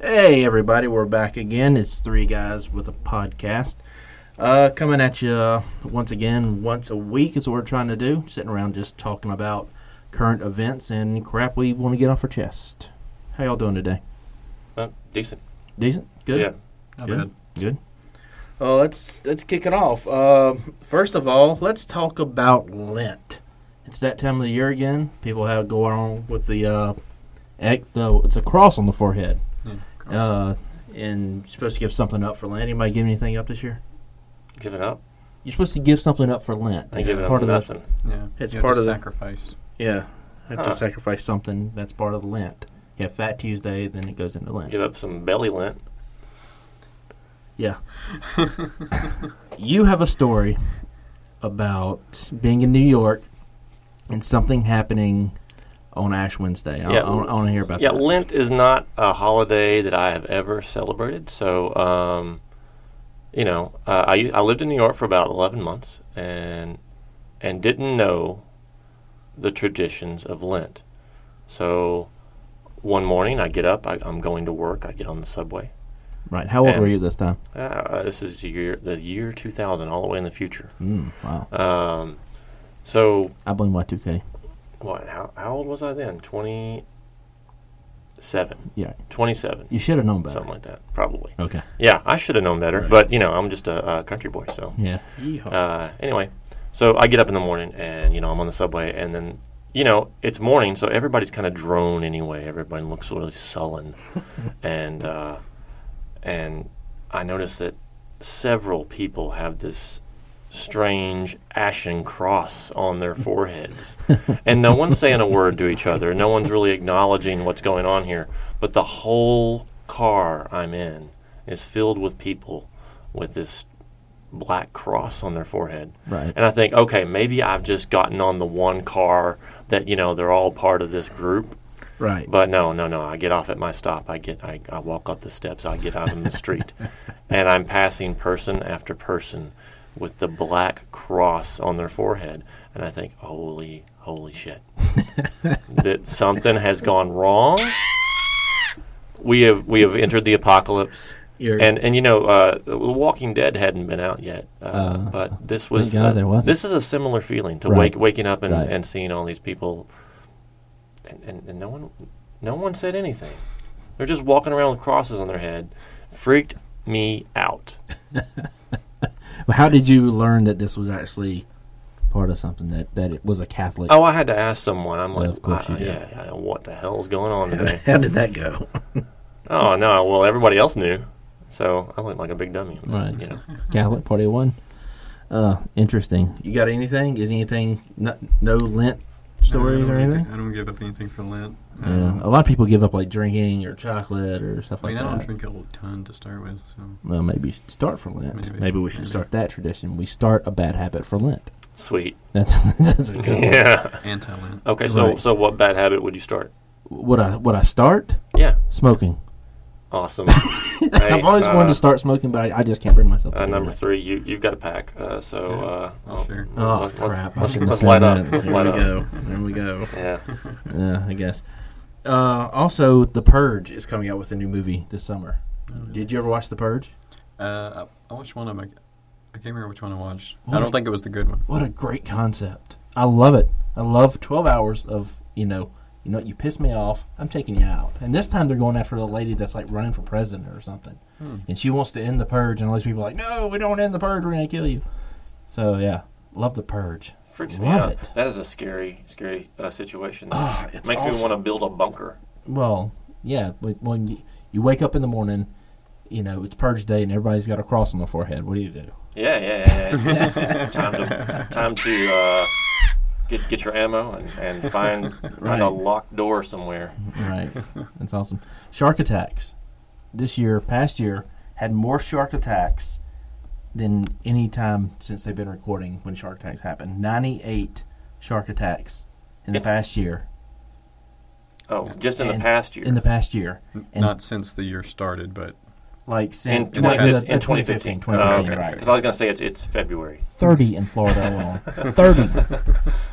Hey, everybody, we're back again. It's three guys with a podcast. Uh, coming at you uh, once again, once a week is what we're trying to do. Sitting around just talking about current events and crap we want to get off our chest. How y'all doing today? Uh, decent. Decent? Good? Yeah. Not Good. bad. Good. Well, Uh, let's let's kick it off. Uh, first of all, let's talk about Lent. It's that time of the year again. People have go on with the uh, ec- the it's a cross on the forehead, Yeah, Hmm. cross. uh, and you're supposed to give something up for Lent. Anybody give anything up this year? Giving up. You're supposed to give something up for Lent. I It's giving part of up the nothing. Yeah, It's you have part to of the- sacrifice. yeah. Have Huh. to sacrifice something. That's part of the Lent. You have Fat Tuesday, then it goes into Lent. Give up some belly lint. Yeah. you have a story about being in New York and something happening on Ash Wednesday. I, Yeah. I, want to hear about Yeah, that. Lent is not a holiday that I have ever celebrated. So, um, you know, uh, I I lived in New York for about eleven months and and didn't know the traditions of Lent. So, one morning I get up. I, I'm going to work. I get on the subway. right. How old Yeah. were you this time? Uh, this is the year the year 2000, all the way in the future. Mm, wow. Um, so I blame Y2K. what how, how old was I then? 27. Yeah. 27. You should have known better. Something like that, probably. Okay. Yeah, I should have known better, Right. but you know, I'm just a, uh country boy, so. Yeah. Uh, anyway, so I get up in the morning and you know I'm on the subway, and then you know it's morning, so everybody's kind of drone anyway. Everybody looks really sullen, and uh, and I notice that several people have this strange ashen cross on their foreheads, and no one's saying a word to each other. No one's really acknowledging what's going on here, but the whole car I'm in is filled with people with this black cross on their forehead. Right. And I think, okay, maybe I've just gotten on the one car that, you know, they're all part of this group. Right. But no, no, no. I get off at my stop. I get I, I walk up the steps. I get out in the street. and I'm passing person after person with the black cross on their forehead. And I think, holy, holy shit. that something has gone wrong. We have we have entered the apocalypse. You're- And and you know, uh, The Walking Dead hadn't been out yet, uh, Uh, but this was God there wasn't. this is a similar feeling to Right. wake waking up and, Right. and seeing all these people, and, and, and no one no one said anything. They're just walking around with crosses on their head, freaked me out. How did you learn that this was actually part of something that, that it was a Catholic? Oh, I had to ask someone. I'm Well, like, of course I- you did. yeah, I- what the hell's going on today? How did that go? oh no, well everybody else knew, so I looked like a big dummy. Right. You know, Catholic Party One. Uh, interesting. You got anything? Is anything no, no Lent stories I or don't give- anything? I don't give up anything for Lent. Yeah, Um, a lot of people give up like drinking or chocolate or stuff I mean, like I don't that. drink a ton to start with, so Well, maybe you should start for Lent. Maybe, Maybe, we should maybe. start that tradition. We start a bad habit for Lent. sweet. That's that's a good one. yeah. anti-Lent. Okay. So Right. so what bad habit would you start? Would I would I start Yeah. smoking? Awesome. I've always wanted to start smoking, but I, I just can't bring myself. to Uh, do number that. three, you you've got a pack. Uh, so Yeah, uh, I'll I'll- share. Oh let's- crap! I shouldn't Let's, have let's said light that. up. Let's There light we up. go. There we go. Yeah. Yeah, I guess. Uh, also, The Purge is coming out with a new movie this summer. Did you ever watch The Purge? Uh, I I watched one of my. I can't remember which one I watched. What? I don't think it was the good one. What a great concept! I love it. I love twelve hours of you know, you know, you piss me off. I'm taking you out. And this time they're going after the lady that's like running for president or something, Hmm. and she wants to end the purge. And all these people are like, no, we don't end the purge. We're gonna kill you. So yeah, love the purge. Freaks me Love out. it. That is a scary, scary uh, situation. Ah, it's Makes me awesome. want to build a bunker. Well, yeah, but when you, you wake up in the morning, you know it's purge day, and everybody's got a cross on their forehead. What do you do? Yeah, yeah, yeah. yeah. It's- it's- it's time to time to uh, get get your ammo and, and find find Right. a locked door somewhere. Right. That's awesome. Shark attacks. This year, past year, had more shark attacks than any time since they've been recording when shark attacks happened. 98 shark attacks in the It's- past year. Oh, just in And- the past year. In the past year. And Not since the year started, but like in, since 20, the- the in, 2015, 2015. 2015, oh, okay. right. Because I was going to say it's it's February. 30 in Florida alone. 30.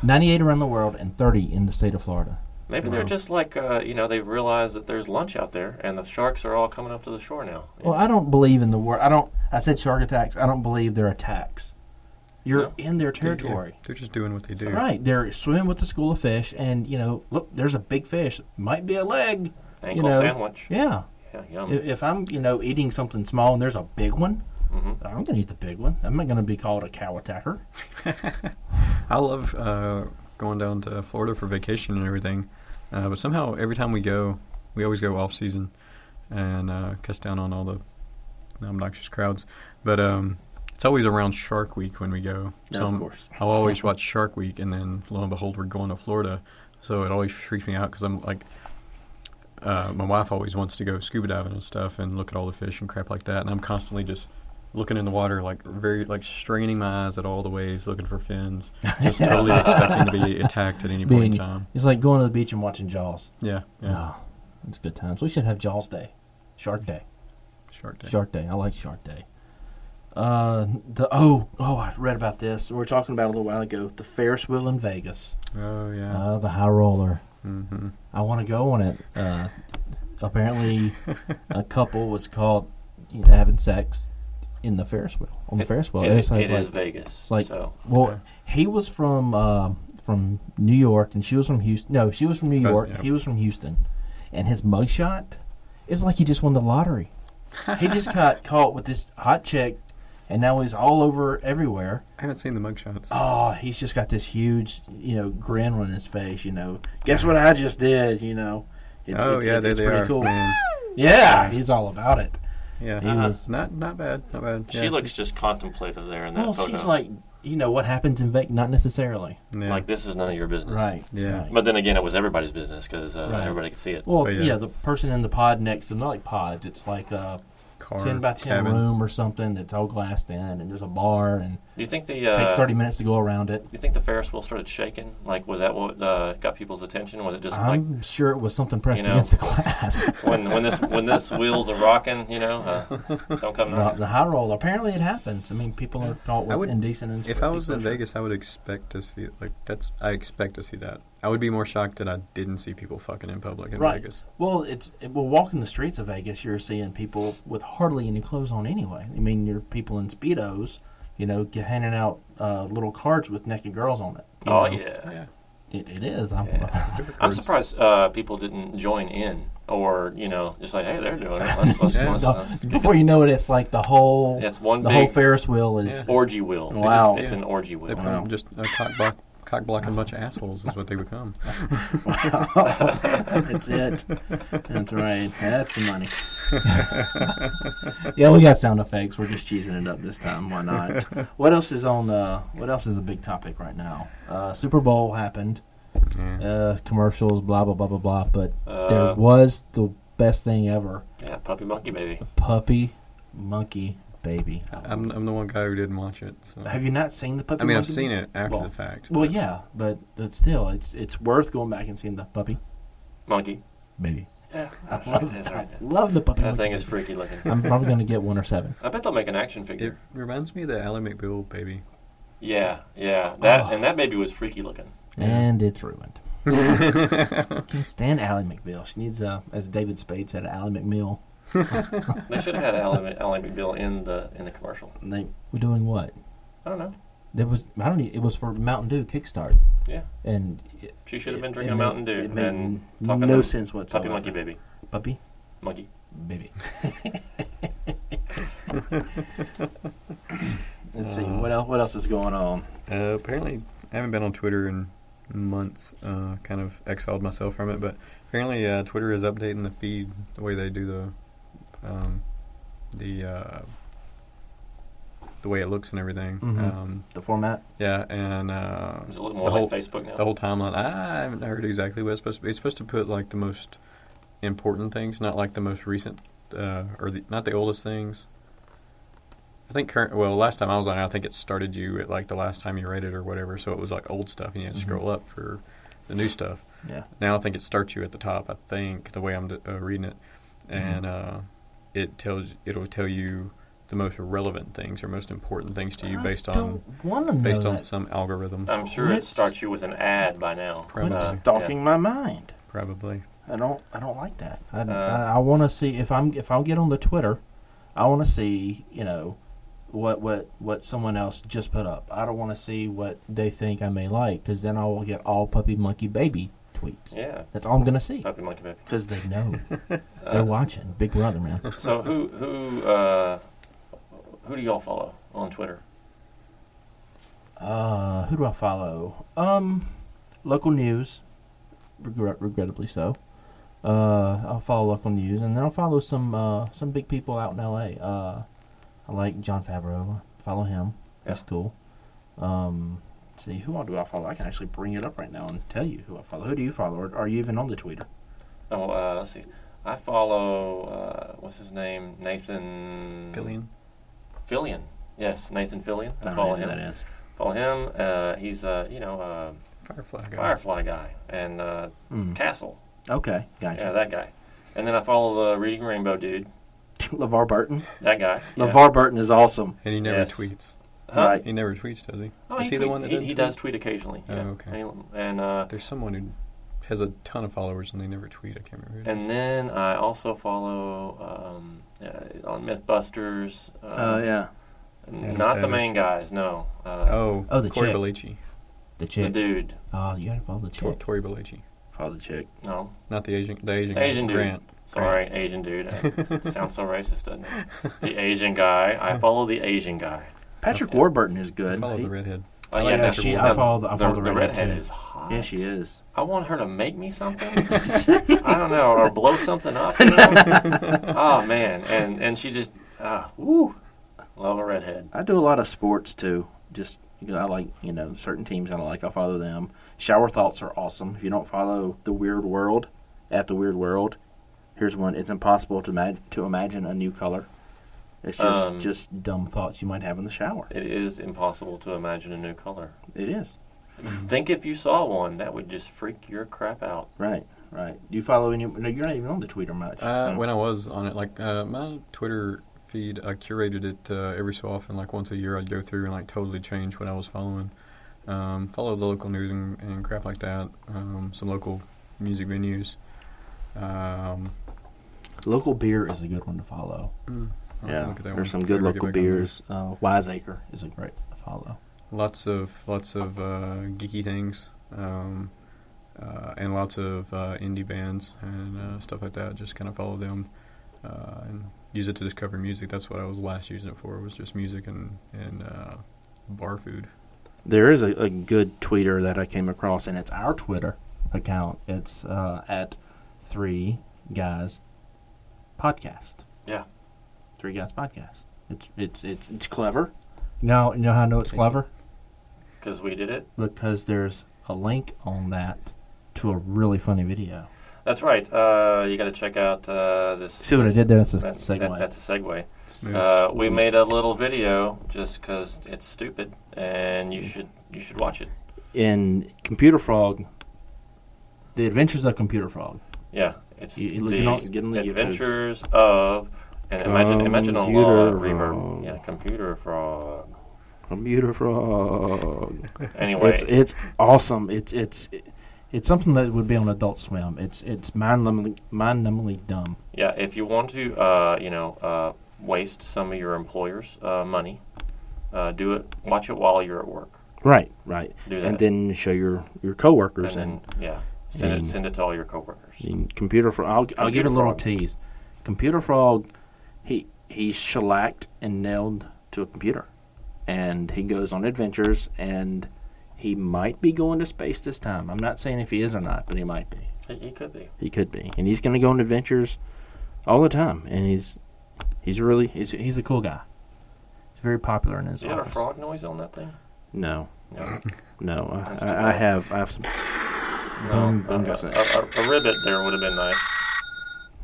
98 around the world and 30 in the state of Florida. Maybe they're Wow. just like uh, you know they realize that there's lunch out there, and the sharks are all coming up to the shore now. Well, I don't believe in the word. I don't. I said shark attacks. I don't believe they're attacks. You're No. in their They're- territory. They're, just doing what they do. Right. They're swimming with the school of fish, and you know, look, there's a big fish. Might be a leg. ankle know, sandwich. Yeah. Yeah, I- yum. If I'm, you know, eating something small and there's a big one, hmm I'm gonna eat the big one. I'm not gonna be called a cow attacker. I love uh, going down to Florida for vacation and everything, uh, but somehow every time we go, we always go off season and uh, cuss down on all the obnoxious crowds. But um, it's always around Shark Week when we go. I'm- course. I'll always watch Shark Week, and then lo and behold, we're going to Florida. So it always freaks me out because I'm like, uh, my wife always wants to go scuba diving and stuff and look at all the fish and crap like that, and I'm constantly just looking in the water, like very like straining my eyes at all the waves, looking for fins, just totally expecting to be attacked at any point Being- in time. It's like going to the beach and watching Jaws. Yeah, yeah. Oh, it's good times. We should have Jaws Day, Shark Day. Shark Day. Shark Day. I like Shark Day. Uh, the oh oh, I read about this. We were talking about it a little while ago. The Ferris wheel in Vegas. Oh yeah. Uh, the high roller. mm-hmm. I want to go on it. Uh, apparently, a couple was caught you know, having sex in the Ferris wheel on the Ferris wheel. it, It's it like- is Vegas. like- so well, Okay. he was from uh, from New York, and she was from Houston. No, she was from New Oh, York. yeah. He was from Houston, and his mugshot is like he just won the lottery. he just got caught with this hot chick, and now he's all over everywhere. I haven't seen the mugshots. Oh, he's just got this huge, you know, grin on his face. You know, guess what I just did? You know, it's, oh it's- yeah, it's, there it's they pretty are. cool. Man. Yeah, he's all about it. Yeah, He Uh-huh. was- not not bad, not bad. she Yeah. looks just contemplative there in that Well, Oh, photo. she's like, you know, what happens in Vegas? Not necessarily, yeah. Like, this is none of your business. right? Yeah. right. But then again, it was everybody's business because uh, Right. everybody could see it. Well, But yeah. yeah. the person in the pod next to them, not like pods. It's like a Car, ten by ten cabin. room or something that's all glassed in, and there's a bar, and Do you think the it uh, takes thirty minutes to go around it. Do you think the Ferris wheel started shaking? Like, was that what uh, got people's attention? Was it just like I'm sure it was something pressed know, against the glass. when when this when this wheels are rocking? You know, uh, don't come the, knocking. the high roller. Apparently, it happens. I mean, people are caught with I would- indecent. and If I was in exposure. Vegas, I would expect to see like that's I expect to see that. I would be more shocked that I didn't see people fucking in public in Right. Vegas. Well, it's well walking the streets of Vegas, you're seeing people with hardly any clothes on anyway. I mean, you're people in speedos, you know, g- handing out uh, little cards with naked girls on it. you Oh know. yeah. yeah. it, it is. I'm, Yeah. I'm Hypocrites. surprised uh, people didn't join in, or you know, just like, hey, they're doing it. Let's let's, Yeah. let's, No, let's get Before you know it, it's like the whole it. It's one the big whole Ferris wheel is. Yeah. orgy wheel. Wow. it's an orgy They wheel. Wow. become just a cock block, cock blocking bunch of assholes is what they become. That's it. That's right. That's the money. yeah, we got sound effects. We're just cheesing it up this time. Why not? What else is on the? What else is a big topic right now? Uh, Super Bowl happened. Yeah. uh, commercials, blah blah blah blah blah. But there Uh, was the best thing ever: yeah, puppy monkey baby. puppy, monkey, baby. I'm I'm the one guy who didn't watch it. So. Have you not seen the puppy? I mean, I've monkey? seen it after Well, the fact. Well, but- yeah, but, but still, it's it's worth going back and seeing the puppy Monkey. baby. Yeah, that's I right. love, That's I right. love the puppy. That monkey thing is baby. freaky looking. I'm probably gonna get one or seven. I bet they'll make an action It figure. reminds me of the Ally McBeal baby. Yeah, yeah. That Ugh. and that baby was freaky looking. Yeah. And it's ruined. Can't stand Allie McBeal. She needs a, as David Spade said, Allie McMill. They should have had Ally, Ally McBeal in the in the commercial. And they were doing what? I don't know. There was I don't. e- It was for Mountain Dew Kickstart, Yeah, and it, she should have been it drinking a made- Mountain Dew It and made then talking no to sense whatsoever. puppy monkey baby Puppy, monkey. baby. Let's see what else. What else is going on? Uh, apparently, I haven't been on Twitter in months. Uh, kind of exiled myself from it, but apparently, uh, Twitter is updating the feed the way they do the um, the uh, the way it looks and everything. Mhm. Um, The format. yeah, and uh, It's a little more the whole like Facebook now. the whole timeline. I haven't heard exactly what it's supposed to be. It's supposed to put like the most important things, not like the most recent uh, or the, not the oldest things. I think current. Well, last time I was on, it, I think it started you at like the last time you read it or whatever. So it was like old stuff, and you had to Mhm. scroll up for the new stuff. Yeah. Now I think it starts you at the top. I think the way I'm d- uh, reading it, Mm-hmm. and uh, it tells it'll tell you the most relevant things or most important things to you based on want to know based on that. some algorithm. I'm sure Quit it starts you with an ad by now. Quit uh, stalking my mind. probably. I don't. I don't like that. I, Uh, I, I want to see if I'm if I'll get on the Twitter. I want to see you know what what what someone else just put up. I don't want to see what they think I may like because then I will get all puppy monkey baby tweets. Yeah. That's all I'm gonna see Happy monkey baby. because they know they're Uh, watching Big Brother man. so who who uh, who do y'all follow on Twitter? Uh, who do I follow? Um, local news, regret, regrettably so. Uh, I'll follow local news, and then I'll follow some uh, some big people out in L.A. Uh, I like John Favreau. Follow him. That's cool. Um, let's see who all do I follow? I can actually bring it up right now and tell you who I follow. Who do you follow? Or are you even on the Twitter? Oh, uh, let's see. I follow uh, what's his name? Nathan Mm. Billion. Fillion. Yes, Nathan Fillion. I don't follow know who That him. is. Follow him. Uh, he's uh, you know uh, Firefly guy. Firefly guy and uh, Hmm. Castle. Okay, gotcha. Yeah, that guy. And then I follow the Reading Rainbow dude. LeVar Burton. That guy. Yeah. LeVar Burton is awesome. And he never Yes. tweets. Huh? Right. He never tweets, does he? Oh, Is he, he the tweet- one that he, doesn't he does tweet occasionally. Oh, yeah. okay. And- And uh, There's someone who has a ton of followers and they never tweet. I can't remember. Who it is. and then I also follow um, uh, on MythBusters. Uh, Uh, yeah, n- Adam Not the Savage. main guys. No. Uh, oh, Oh, the Tori chick. Belici. the the chick. dude. Oh, you gotta follow the Tor, chick. Tori Belici. Follow the chick. No. Not the Asian. The Asian. The guy, Asian dude. Grant. Sorry, Asian dude. It sounds so racist, doesn't it? The Asian guy. I follow the Asian guy. Patrick Okay. Warburton is good. Follow He- the redhead. Oh yeah, she- I follow the- I follow the redhead, redhead too. is hot. Yeah, she is. I want her to make me something. I don't know, or blow something up. You know? oh man, and and she just ah, woo, love a redhead. I do a lot of sports too. Just you know, I like you know certain teams I like. I follow them. Shower thoughts are awesome. If you don't follow the Weird World, at the Weird World, here's one. It's impossible to imagine to imagine a new color. It's just Um, just dumb thoughts you might have in the shower. It is impossible to imagine a new color. It is Think if you saw one, that would just freak your crap out. right, right. Do you follow any? No, you're not even on the Twitter much. Uh, so- when I was on it, like uh, my Twitter feed, I curated it uh, every so often. Like once a year, I'd go through and like totally change what I was following. Um, follow the local news and, and crap like that. Um, some local music venues. Um, local beer is a good one to follow. mm, I'll have to yeah, look at that one there's some good whenever I get local back on there. beers. Uh, Wiseacre is a great to follow. Lots of lots of uh, geeky things, um, uh, and lots of uh, indie bands and uh, stuff like that. Just kind of follow them uh, and use it to discover music. That's what I was last using it for. Was just music and and uh, bar food. There is a, a good tweeter that I came across, and it's our Twitter account. It's uh, at Three Guys Podcast. Yeah. Three Guys Podcast. It's it's it's it's clever. Now you know how I know it's clever Because we did it. because there's a link on that to a really funny video. That's right. Uh, you got to check out uh, this. See what I did there? It's a That's, segue. that- that's a segue. Smooth. Uh, we made a little video just because it's stupid, and you should you should watch it. In Computer Frog, The Adventures of Computer Frog. Yeah, it's You- you the look- get on- get on the adventures of and imagine imagine a law Computer reverb. frog. Yeah, computer frog. Computer Frog. Anyway, It's it's awesome. It's it's it's something that would be on Adult Swim. It's it's mind numbingly mind numbingly dumb. yeah, if you want to, uh, you know, uh, waste some of your employer's uh, money, uh, do it. Watch it while you're at work, Right, right. Do And that. then show your your coworkers and and, then yeah, send it and- send it to all your coworkers. and computer frog. I'll I'll give Computer it a little Frog. tease. Computer frog, he he's shellacked and nailed to a computer, and he goes on adventures and. He might be going to space this time. I'm not saying if he is or not, but he might be. He, he could be. He could be, and he's going to go on adventures all the time. And he's he's really he's he's a cool guy. He's very popular in his Is there a office. frog noise on that thing? No, No, no, I, That's too I, I loud. have I have some, no. Boom, boom, a, boom. a, a ribbit there would have been nice.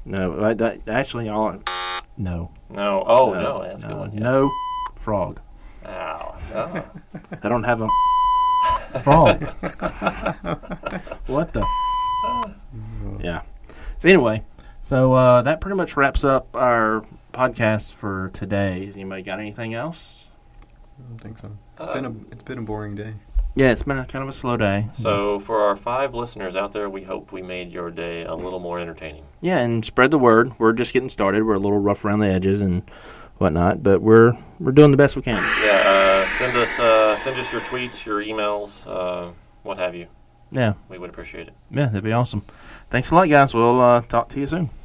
no. I, that, actually, all I- no. No. Oh no, no, that's a no, good one. Yeah. No frog. Ow. No. I don't have a frog. what the? Yeah. So anyway, so uh, that pretty much wraps up our podcast for today. Has anybody got anything else? I don't think so. It's Uh, been a it's been a boring day. Yeah, it's been a kind of a slow day. So, for our five listeners out there, we hope we made your day a little more entertaining. Yeah, and spread the word. We're just getting started. We're a little rough around the edges and whatnot, but we're we're doing the best we can. Yeah, uh, send us uh, send us your tweets, your emails, uh, what have you. Yeah, We would appreciate it. yeah, that'd be awesome. Thanks a lot, guys. We'll uh, talk to you soon.